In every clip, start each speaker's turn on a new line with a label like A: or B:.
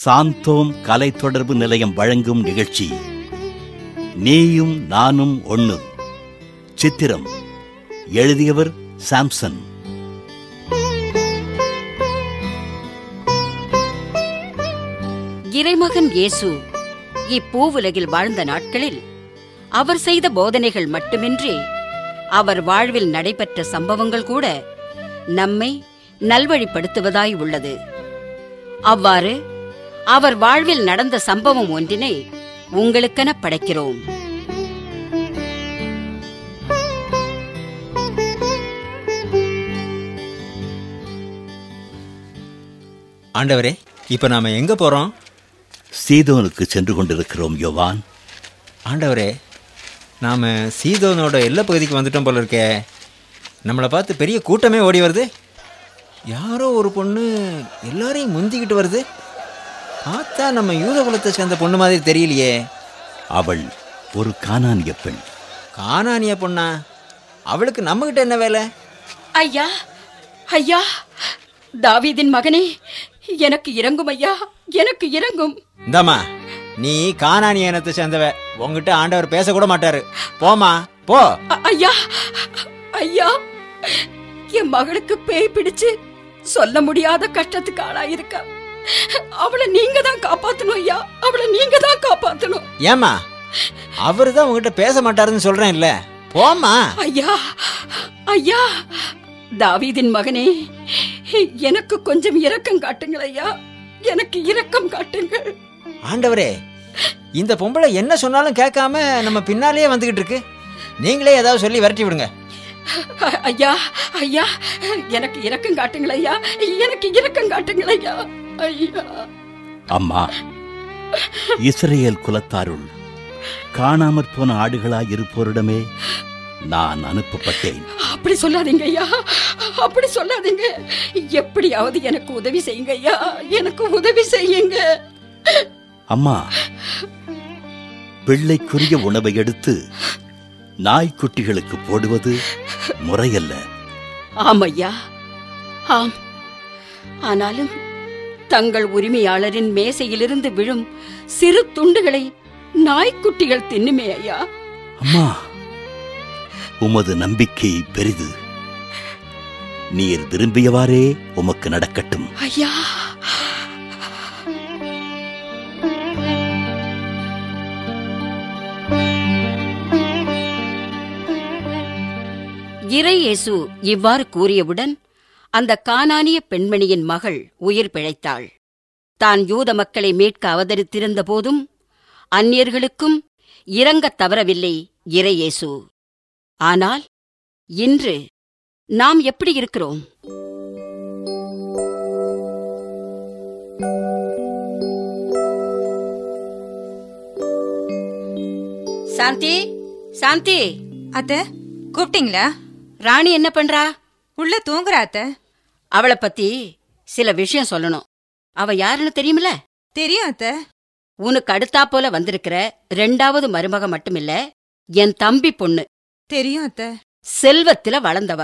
A: சாந்தோம் கலை தொடர்பு நிலையம் வழங்கும் நிகழ்ச்சி நீயும் நானும் ஒண்ணு சித்திரம் எழுதியவர் சாம்சன்
B: இறைமகன் இயேசு இப்பூவுலகில் வாழ்ந்த நாட்களில் அவர் செய்த போதனைகள் மட்டுமின்றி அவர் வாழ்வில் நடைபெற்ற சம்பவங்கள் கூட நம்மை நல்வழிப்படுத்துவதாய் உள்ளது அவ்வாறு அவர் வாழ்வில் நடந்த சம்பவம் ஒன்றினை உங்களுக்கென படைக்கிறோம்
C: ஆண்டவரே இப்போ நாம் எங்கே போகிறோம்
A: சீதோனுக்கு சென்று கொண்டிருக்கிறோம் யோவான்
C: ஆண்டவரே நாம் சீதோனோட எல்லை பகுதிக்கு வந்துட்டோம் போல இருக்கே நம்மளை பார்த்து பெரிய கூட்டமே ஓடி வருது யாரோ ஒரு பொண்ணு எல்லாரையும் முந்திக்கிட்டு வருது பார்த்தா நம்ம யூத குலத்தை சேர்ந்த பொண்ணு மாதிரி தெரியலையே
A: அவள் ஒரு கானானிய பெண்
C: காணானிய பொண்ணா அவளுக்கு நம்மக்கிட்ட என்ன வேலை
B: ஐயா ஐயா தாவீதின் மகனே எனக்கு இறங்கும் ஐயா எனக்கு இறங்கும்
C: இந்தாம்மா நீ காணானிய இனத்தை சேர்ந்தவ உங்ககிட்ட ஆண்டவர் பேசக்கூட மாட்டாரு போம்மா போ
B: அ- ஐயா ஐயா என் மகளுக்கு பேய் பிடிச்சு சொல்ல முடியாத கஷ்டத்துக்கு ஆளாயிருக்க அவளை நீங்க தான் காப்பாத்தணும் ஐயா அவளை நீங்க தான் காப்பாத்தணும்
C: ஏம்மா அவர் தான் உங்ககிட்ட பேச மாட்டாருன்னு சொல்கிறேன் இல்லை போம்மா
B: ஐயா ஐயா தாவீதின் மகனே எனக்கு கொஞ்சம் இரக்கம் காட்டுங்கள் ஐயா எனக்கு இரக்கம் காட்டுங்கள்
C: ஆண்டவரே இந்த பொம்பளை என்ன சொன்னாலும் கேட்காம நம்ம பின்னாலேயே வந்துகிட்டு இருக்கு நீங்களே ஏதாவது சொல்லி விரட்டி விடுங்க
B: அ- ஐயா ஐயா எனக்கு இரக்கம் காட்டுங்கள் ஐயா எனக்கு இரக்கம் காட்டுங்கள் ஐயா ஐயா
A: அம்மா இஸ்ரேல் குலத்தாருள் காணாமற் போன ஆடுகளாய் இருப்போரிடமே நான் அனுப்பப்பட்டேன்
B: அப்படி சொல்லாதீங்க ஐயா அப்படி சொல்லாதீங்க எப்படியாவது எனக்கு உதவி செய்யுங்க ஐயா எனக்கு உதவி செய்யுங்க
A: அம்மா பிள்ளைக்குரிய உணவை எடுத்து நாய்க்குட்டிகளுக்கு போடுவது முறையல்ல
B: ஆம் ஐயா ஆம் ஆனாலும் தங்கள் உரிமையாளரின் மேசையிலிருந்து விழும் சிறு துண்டுகளை நாய்க்குட்டிகள் தின்னுமே ஐயா
A: அம்மா உமது நம்பிக்கை பெரிது நீர் விரும்பியவாறே உமக்கு நடக்கட்டும்
B: ஐயா இறை இயேசு இவ்வாறு கூறியவுடன் அந்த கானானிய பெண்மணியின் மகள் உயிர் பிழைத்தாள் தான் யூத மக்களை மீட்க அவதரித்திருந்த போதும் அந்நியர்களுக்கும் இரங்கத் தவறவில்லை இறை இயேசு ஆனால் இன்று நாம் எப்படி இருக்கிறோம் சாந்தி சாந்தி
D: அத்த கூப்பிட்டீங்களா
B: ராணி என்ன பண்றா
D: உள்ள தூங்குறா அத்த
B: அவளை பத்தி சில விஷயம் சொல்லணும் அவ யாருன்னு தெரியுமில
D: தெரியும் அத்த
B: உனக்கு அடுத்தா போல வந்திருக்கிற ரெண்டாவது மருமக மட்டும் இல்ல என் தம்பி பொண்ணு
D: தெரியும் அத்த
B: செல்வத்துல வளர்ந்தவ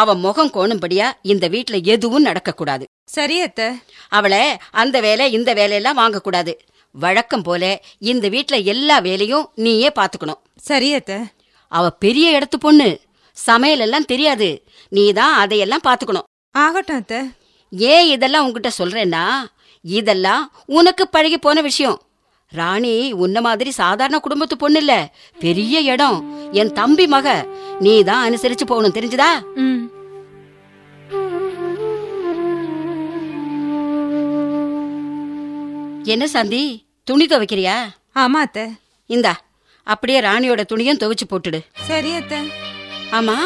B: அவ முகம் கோணும்படியா இந்த வீட்ல எதுவும் நடக்கக்கூடாது
D: சரி அத்த
B: அவளை அந்த வேலை இந்த வேலையெல்லாம் வாங்கக்கூடாது வழக்கம் போல இந்த வீட்ல எல்லா வேலையும் நீயே பாத்துக்கணும்
D: சரி அத்த
B: அவ பெரிய இடத்து பொண்ணு சமையல் எல்லாம் தெரியாது நீ தான் அதையெல்லாம் பாத்துக்கணும்
D: ஆகட்டும் அத்த
B: ஏன் இதெல்லாம் உங்ககிட்ட சொல்றேன்னா இதெல்லாம் உனக்கு பழகி போன விஷயம் ராணி உன்ன மாதிரி சாதாரண குடும்பத்து பொண்ணு இல்ல பெரிய இடம் என் தம்பி மக நீ தான் அனுசரிச்சு போகணும் தெரிஞ்சுதா
D: ம்
B: என்ன சாந்தி துணி துவைக்கிறியா
D: ஆமா அத்த
B: இந்தா அப்படியே ராணியோட துணியும் துவைச்சு போட்டுடு
D: சரி அத்த
B: ஆமா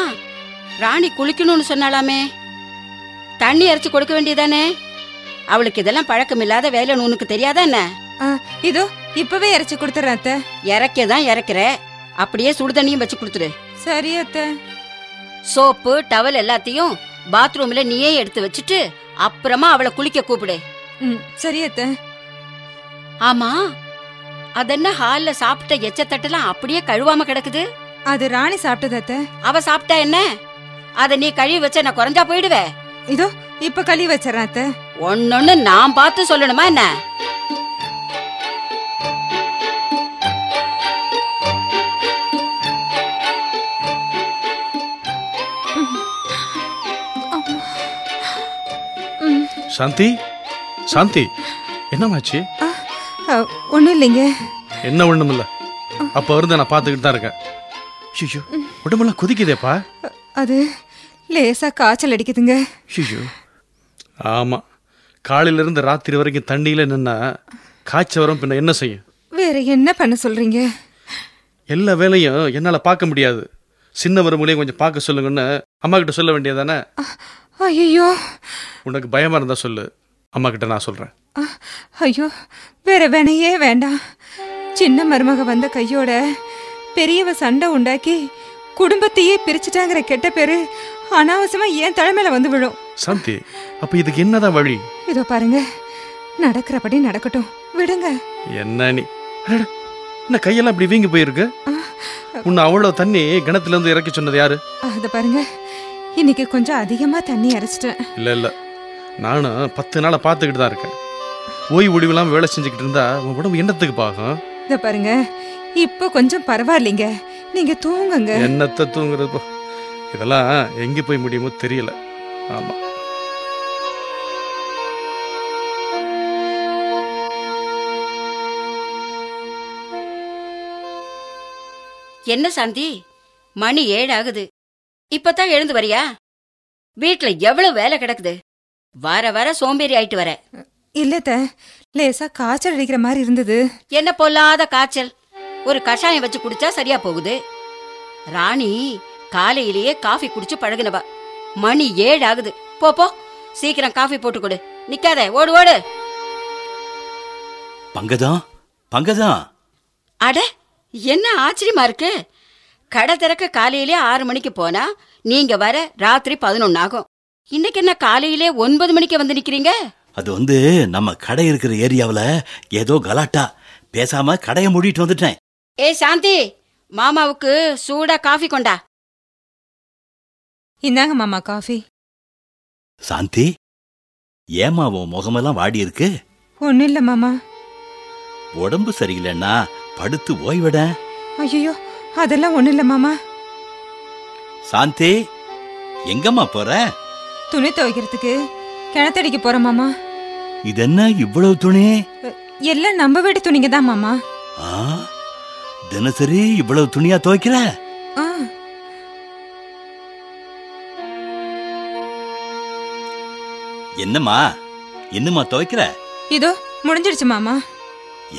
B: ராணி குளிக்கணும்னு சொன்னாலாமே தண்ணி அரைச்சு கொடுக்க வேண்டியதானே அவளுக்கு இதெல்லாம் பழக்கம் இல்லாத வேலைன்னு உனக்கு தெரியாதா என்ன
D: ஆ, இதோ இப்பவே இறைச்சி கொடுத்துறேன் அத்த
B: இறக்க தான் இறக்குற அப்படியே சுடுதண்ணியும் வச்சு கொடுத்துடு
D: சரி அத்த
B: சோப்பு டவல் எல்லாத்தையும் பாத்ரூம்ல நீயே எடுத்து வச்சுட்டு அப்புறமா அவளை குளிக்க கூப்பிடு
D: ம் சரி அத்த
B: ஆமா அதென்ன ஹால்ல சாப்பிட்ட எச்சத்தட்டெல்லாம் அப்படியே கழுவாம கிடக்குது
D: அது ராணி சாப்பிட்டது அத்த
B: அவ சாப்பிட்டா என்ன அத நீ கழுவி வச்ச நான் குறைஞ்சா போயிடுவே
D: இதோ இப்ப களி வச்சிடறேன் அத்த
B: ஒன்னொன்னு நான் பார்த்து சொல்லணுமா என்ன
E: சாந்தி சாந்தி என்னமாச்சு
D: ஒன்றும் இல்லைங்க
E: என்ன ஒண்ணுமில்ல அப்ப இருந்து நான் பார்த்துக்கிட்டு தான் இருக்கேன் ஐயோ உடம்பெல்லாம் கொதிக்குதேப்பா
D: அ, அது லேசாக காய்ச்சல் அடிக்குதுங்க
E: ஐயோ ஆமா காலையில இருந்து ராத்திரி வரைக்கும் தண்ணியில நின்னா காய்ச்சல் வரும் பின்ன என்ன செய்யும்
D: வேற என்ன பண்ண சொல்றீங்க
E: எல்லா வேலையும் என்னால பார்க்க முடியாது சின்னவர் மூலியம் கொஞ்சம் பார்க்க சொல்லுங்கன்னு அம்மா கிட்ட சொல்ல வேண்டியதானே
D: ஐயோ
E: உனக்கு பயமா இருந்தா சொல்லு அம்மா கிட்ட நான் சொல்றேன்
D: ஐயோ வேற வேணையே வேண்டாம் சின்ன மருமக வந்த கையோட பெரியவ சண்டை உண்டாக்கி குடும்பத்தையே பிரிச்சுட்டாங்கிற கெட்ட பேரு அனாவசியமா என் தலைமையில வந்து விழும்
E: சாந்தி அப்ப இதுக்கு என்னதான் வழி
D: இதோ பாருங்க நடக்கிறபடி நடக்கட்டும் விடுங்க
E: என்ன நீ அடடா, என்ன கையெல்லாம் இப்படி வீங்கி போயிருக்கு உன்னை அவ்வளோ தண்ணி கிணத்துல இருந்து இறக்கி சொன்னது யாரு
D: அதை பாருங்க இன்னைக்கு கொஞ்சம் அதிகமா தண்ணி இறைச்சிட்டேன்
E: இல்லை இல்லை நானும் பத்து நாளை பார்த்துக்கிட்டு தான் இருக்கேன் ஓய்வு ஒடிவுலாம் வேலை செஞ்சுக்கிட்டு இருந்தா உன் உடம்பு என்னத்துக்கு பாகம்
D: இதை பாருங்க இப்போ கொஞ்சம் பரவாயில்லைங்க நீங்க தூங்குங்க
E: என்னத்தை தூங்குறது போ இதெல்லாம் எங்கே போய் முடியுமோ தெரியல ஆமா
B: என்ன சாந்தி மணி ஏழு ஆகுது இப்பதான் எழுந்து வரியா வீட்ல எவ்வளவு வேலை கிடக்குது வர வர சோம்பேறி ஆயிட்டு வர
D: இல்லத்த லேசா காய்ச்சல் அடிக்கிற மாதிரி இருந்தது
B: என்ன பொல்லாத காய்ச்சல் ஒரு கஷாயம் வச்சு குடிச்சா சரியா போகுது ராணி காலையிலேயே காஃபி குடிச்சு பழகுனவா மணி ஏழு ஆகுது போ போ சீக்கிரம் காஃபி போட்டு கொடு நிக்காத ஓடு ஓடு
A: பங்கஜா பங்கஜா
B: அட என்ன ஆச்சரியமா இருக்கு கடை திறக்க காலையிலே ஆறு மணிக்கு போனா நீங்க வர ராத்திரி பதினொன்னு ஆகும் இன்னைக்கு என்ன காலையிலே ஒன்பது மணிக்கு வந்து நிக்கிறீங்க
A: அது வந்து நம்ம கடை இருக்கிற ஏரியாவுல ஏதோ கலாட்டா பேசாம கடையை மூடிட்டு வந்துட்டேன்
B: ஏ சாந்தி மாமாவுக்கு சூடா காஃபி கொண்டா
D: இந்தாங்க மாமா காஃபி
A: சாந்தி ஏமா உன் முகமெல்லாம் வாடி இருக்கு
D: ஒன்றும் இல்லை மாமா
A: உடம்பு சரியில்லைன்னா படுத்து ஓய்விட
D: ஐயோ அதெல்லாம் ஒன்றும் இல்லை மாமா
A: சாந்தி எங்கம்மா போற
D: துணி துவைக்கிறதுக்கு கிணத்தடிக்கு போகிறேன் மாமா
A: இதென்ன இவ்வளவு துணி
D: அஹ், எல்லாம் நம்ம வீட்டு துணிங்க தான் மாமா
A: ஆ தினசரி இவ்வளவு துணியா துவைக்கிற
D: ஆ
A: என்னம்மா என்னம்மா துவைக்கிற
D: இதோ முடிஞ்சிடுச்சு மாமா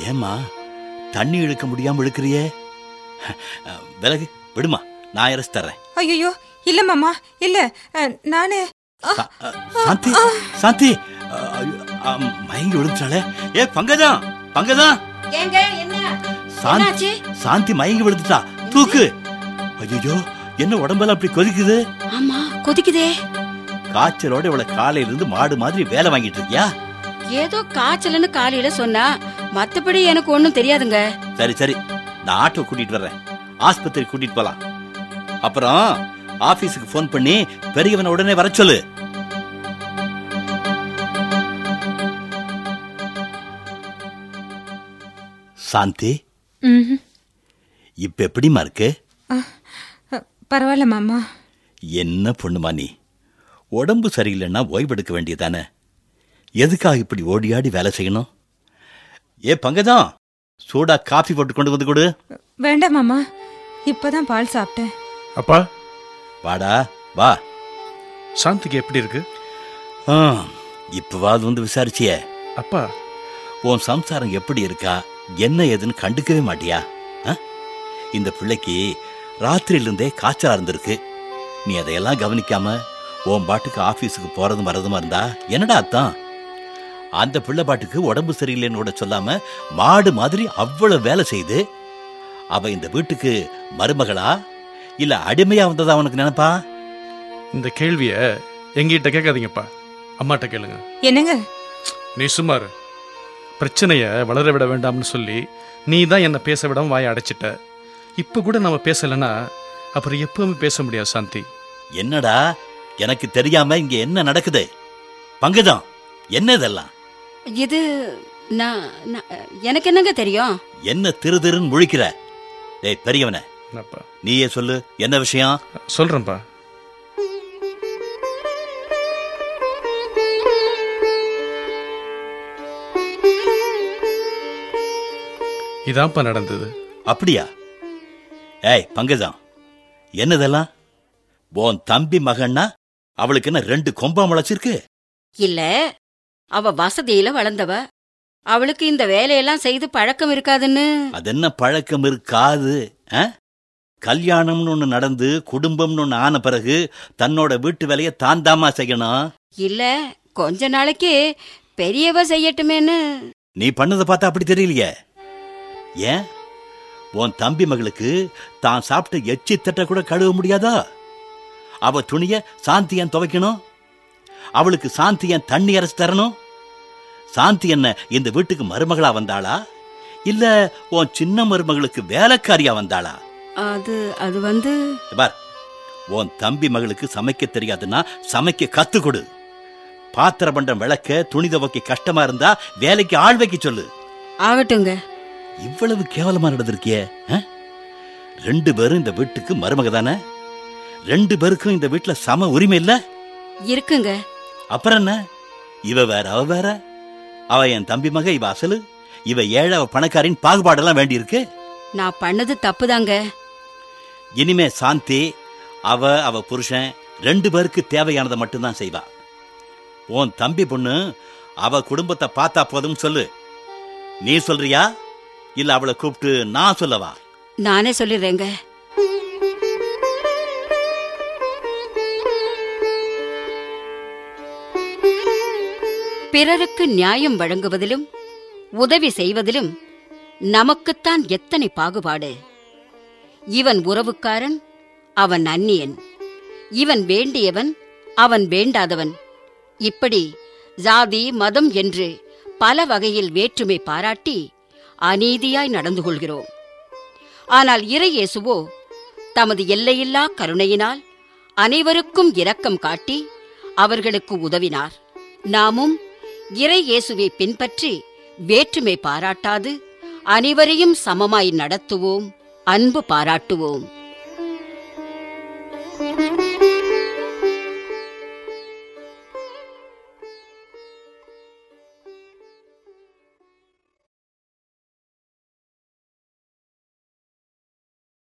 A: ஏம்மா தண்ணி இழுக்க முடியாம இழுக்கிறியே அஹ், விலகு விடுமா நான் இறச்சு தர்றேன்
D: ஐயோ இல்லை மாமா இல்லை நானே
A: சா- அஹ், சாந்தி சாந்தி அஹ், ஐயோ, அஹ், மயங்கி விழுந்துட்டாளே ஏ பங்கஜா பங்கஜா
B: ஏங்க என்ன
A: சாந்தி
B: என்னாச்சு?
A: சாந்தி மயங்கி விழுந்துட்டா தூக்கு ஐயோ என்ன உடம்பெல்லாம் அப்படி கொதிக்குது
B: ஆமா கொதிக்குதே
A: காய்ச்சலோட இவள காலையில இருந்து மாடு மாதிரி வேலை வாங்கிட்டு இருக்கியா
B: ஏதோ காய்ச்சல்னு காலையில சொன்னா மத்தபடி எனக்கு ஒண்ணும் தெரியாதுங்க
A: சரி சரி நான் ஆட்டோ கூட்டிட்டு வர்றேன் ஆஸ்பத்திரி கூட்டிட்டு போலாம் அப்புறம் ஆபீஸுக்கு ஃபோன் பண்ணி பெரியவனை உடனே வர சொல்லு சாந்தி
D: ம்
A: இப்ப எப்படிம்மா இருக்கு
D: பரவாயில்ல மாமா
A: என்ன பொண்ணுமா நீ உடம்பு சரியில்லைன்னா ஓய்வெடுக்க வேண்டியதானே எதுக்காக இப்படி ஓடியாடி வேலை செய்யணும் ஏ பங்கஜம் சூடா காஃபி போட்டு கொண்டு வந்து கொடு
D: வேண்டாம் மாமா இப்போதான் பால் சாப்பிட்டேன்
E: அப்பா
A: வாடா வா
E: சாந்திக்கு எப்படி இருக்கு
A: ஆ இப்போவாது வந்து விசாரிச்சியே
E: அப்பா
A: உன் சம்சாரம் எப்படி இருக்கா என்ன ஏதுன்னு கண்டுக்கவே மாட்டியா ஆ? இந்த பிள்ளைக்கு ராத்திரியிலிருந்தே காய்ச்சலா இருந்திருக்கு நீ அதையெல்லாம் கவனிக்காம உன் பாட்டுக்கு ஆஃபீஸுக்கு போறதும் வரதுமா இருந்தா என்னடா அத்தான் அந்த பிள்ளை பாட்டுக்கு உடம்பு சரியில்லைன்னு கூட சொல்லாம மாடு மாதிரி அவ்வளவு வேலை செய்து அவ இந்த வீட்டுக்கு மருமகளா இல்ல அடிமையா வந்ததா உனக்கு நினைப்பா
E: இந்த கேள்வியை எங்கிட்ட கேட்காதீங்கப்பா அம்மாட்ட கேளுங்க
D: என்னங்க
E: நீ சுமார் பிரச்சனையை வளர விட வேண்டாம்னு சொல்லி நீ தான் என்னை பேச விடாம வாயை அடைச்சிட்ட இப்போ கூட நம்ம பேசலைன்னா அப்புறம் எப்பவுமே பேச முடியாது சாந்தி
A: என்னடா எனக்கு தெரியாம இங்க என்ன நடக்குது பங்குதான் என்ன இதெல்லாம்
B: இது நான் நான்- எனக்கு என்னங்க தெரியும்
A: என்ன திரு திருன்னு முழிக்கிற டேய் பெரியவனே
E: என்னப்பா
A: நீயே சொல்லு என்ன விஷயம்
E: சொல்கிறேன்ப்பா இதான்ப்பா நடந்தது
A: அப்படியா ஏய் பங்கஜம் என்னதெல்லாம் உன் தம்பி மகன்னா அவளுக்கு என்ன ரெண்டு கொம்பா முளைச்சிருக்கு
B: இல்ல அவ வசதியில வளர்ந்தவ அவளுக்கு இந்த வேலையெல்லாம் செய்து பழக்கம் இருக்காதுன்னு
A: அது என்ன பழக்கம் இருக்காது ஆ? கல்யாணம்னு ஒன்று நடந்து குடும்பம்னு ஒன்று ஆன பிறகு தன்னோட வீட்டு வேலையை தான் தாமா செய்யணும்
B: இல்ல கொஞ்ச நாளைக்கு பெரியவ செய்யட்டுமேன்னு
A: நீ பண்ணதை பார்த்தா அப்படி தெரியலையே ஏன் உன் தம்பி மகளுக்கு தான் சாப்பிட்ட எச்சி தட்டை கூட கழுவ முடியாதா அவ துணிய சாந்தி ஏன் துவைக்கணும் அவளுக்கு சாந்தி ஏன் தண்ணி அரைச்சு தரணும் சாந்தி என்ன இந்த வீட்டுக்கு மருமகளா வந்தாளா இல்ல உன் சின்ன மருமகளுக்கு வேலைக்காரியா வந்தாளா
B: அது அது வந்து
A: இங்க பார் உன் தம்பி மகளுக்கு சமைக்க தெரியாதுன்னா சமைக்க கத்து கொடு பாத்திர பண்டம் விளக்க துணி துவைக்க கஷ்டமா இருந்தா வேலைக்கு ஆள் வைக்க சொல்லு
B: ஆகட்டுங்க
A: இவ்வளவு கேவலமா நடந்திருக்கியே ஆ? ரெண்டு பேரும் இந்த வீட்டுக்கு மருமக தானே ரெண்டு பேருக்கும் இந்த வீட்டுல சம உரிமை இல்ல
B: இருக்குங்க
A: அப்புறம் என்ன இவ வேற அவ வேற அவ என் தம்பி மக இவ அசலு இவ ஏழை அவ பணக்காரின் பாகுபாடெல்லாம் வேண்டியிருக்கு
B: நான் பண்ணது தப்புதாங்க
A: இனிமே சாந்தி அவ அவ புருஷன் ரெண்டு பேருக்கு தேவையானதை மட்டும்தான் செய்வா உன் தம்பி பொண்ணு அவ குடும்பத்தை பார்த்தா போதும் சொல்லு நீ சொல்றியா இல்ல அவளை கூப்பிட்டு நான் சொல்லவா
B: நானே சொல்லிடுறேங்க பிறருக்கு நியாயம் வழங்குவதிலும் உதவி செய்வதிலும் நமக்குத்தான் எத்தனை பாகுபாடு இவன் உறவுக்காரன் அவன் அந்நியன் இவன் வேண்டியவன் அவன் வேண்டாதவன் இப்படி ஜாதி மதம் என்று பல வகையில் வேற்றுமை பாராட்டி அநீதியாய் நடந்து கொள்கிறோம் ஆனால் இறை இயேசுவோ தமது எல்லையில்லா கருணையினால் அனைவருக்கும் இரக்கம் காட்டி அவர்களுக்கு உதவினார் நாமும் இறை இயேசுவை பின்பற்றி வேற்றுமை பாராட்டாது அனைவரையும் சமமாய் நடத்துவோம் அன்பு பாராட்டுவோம்
F: Thank you.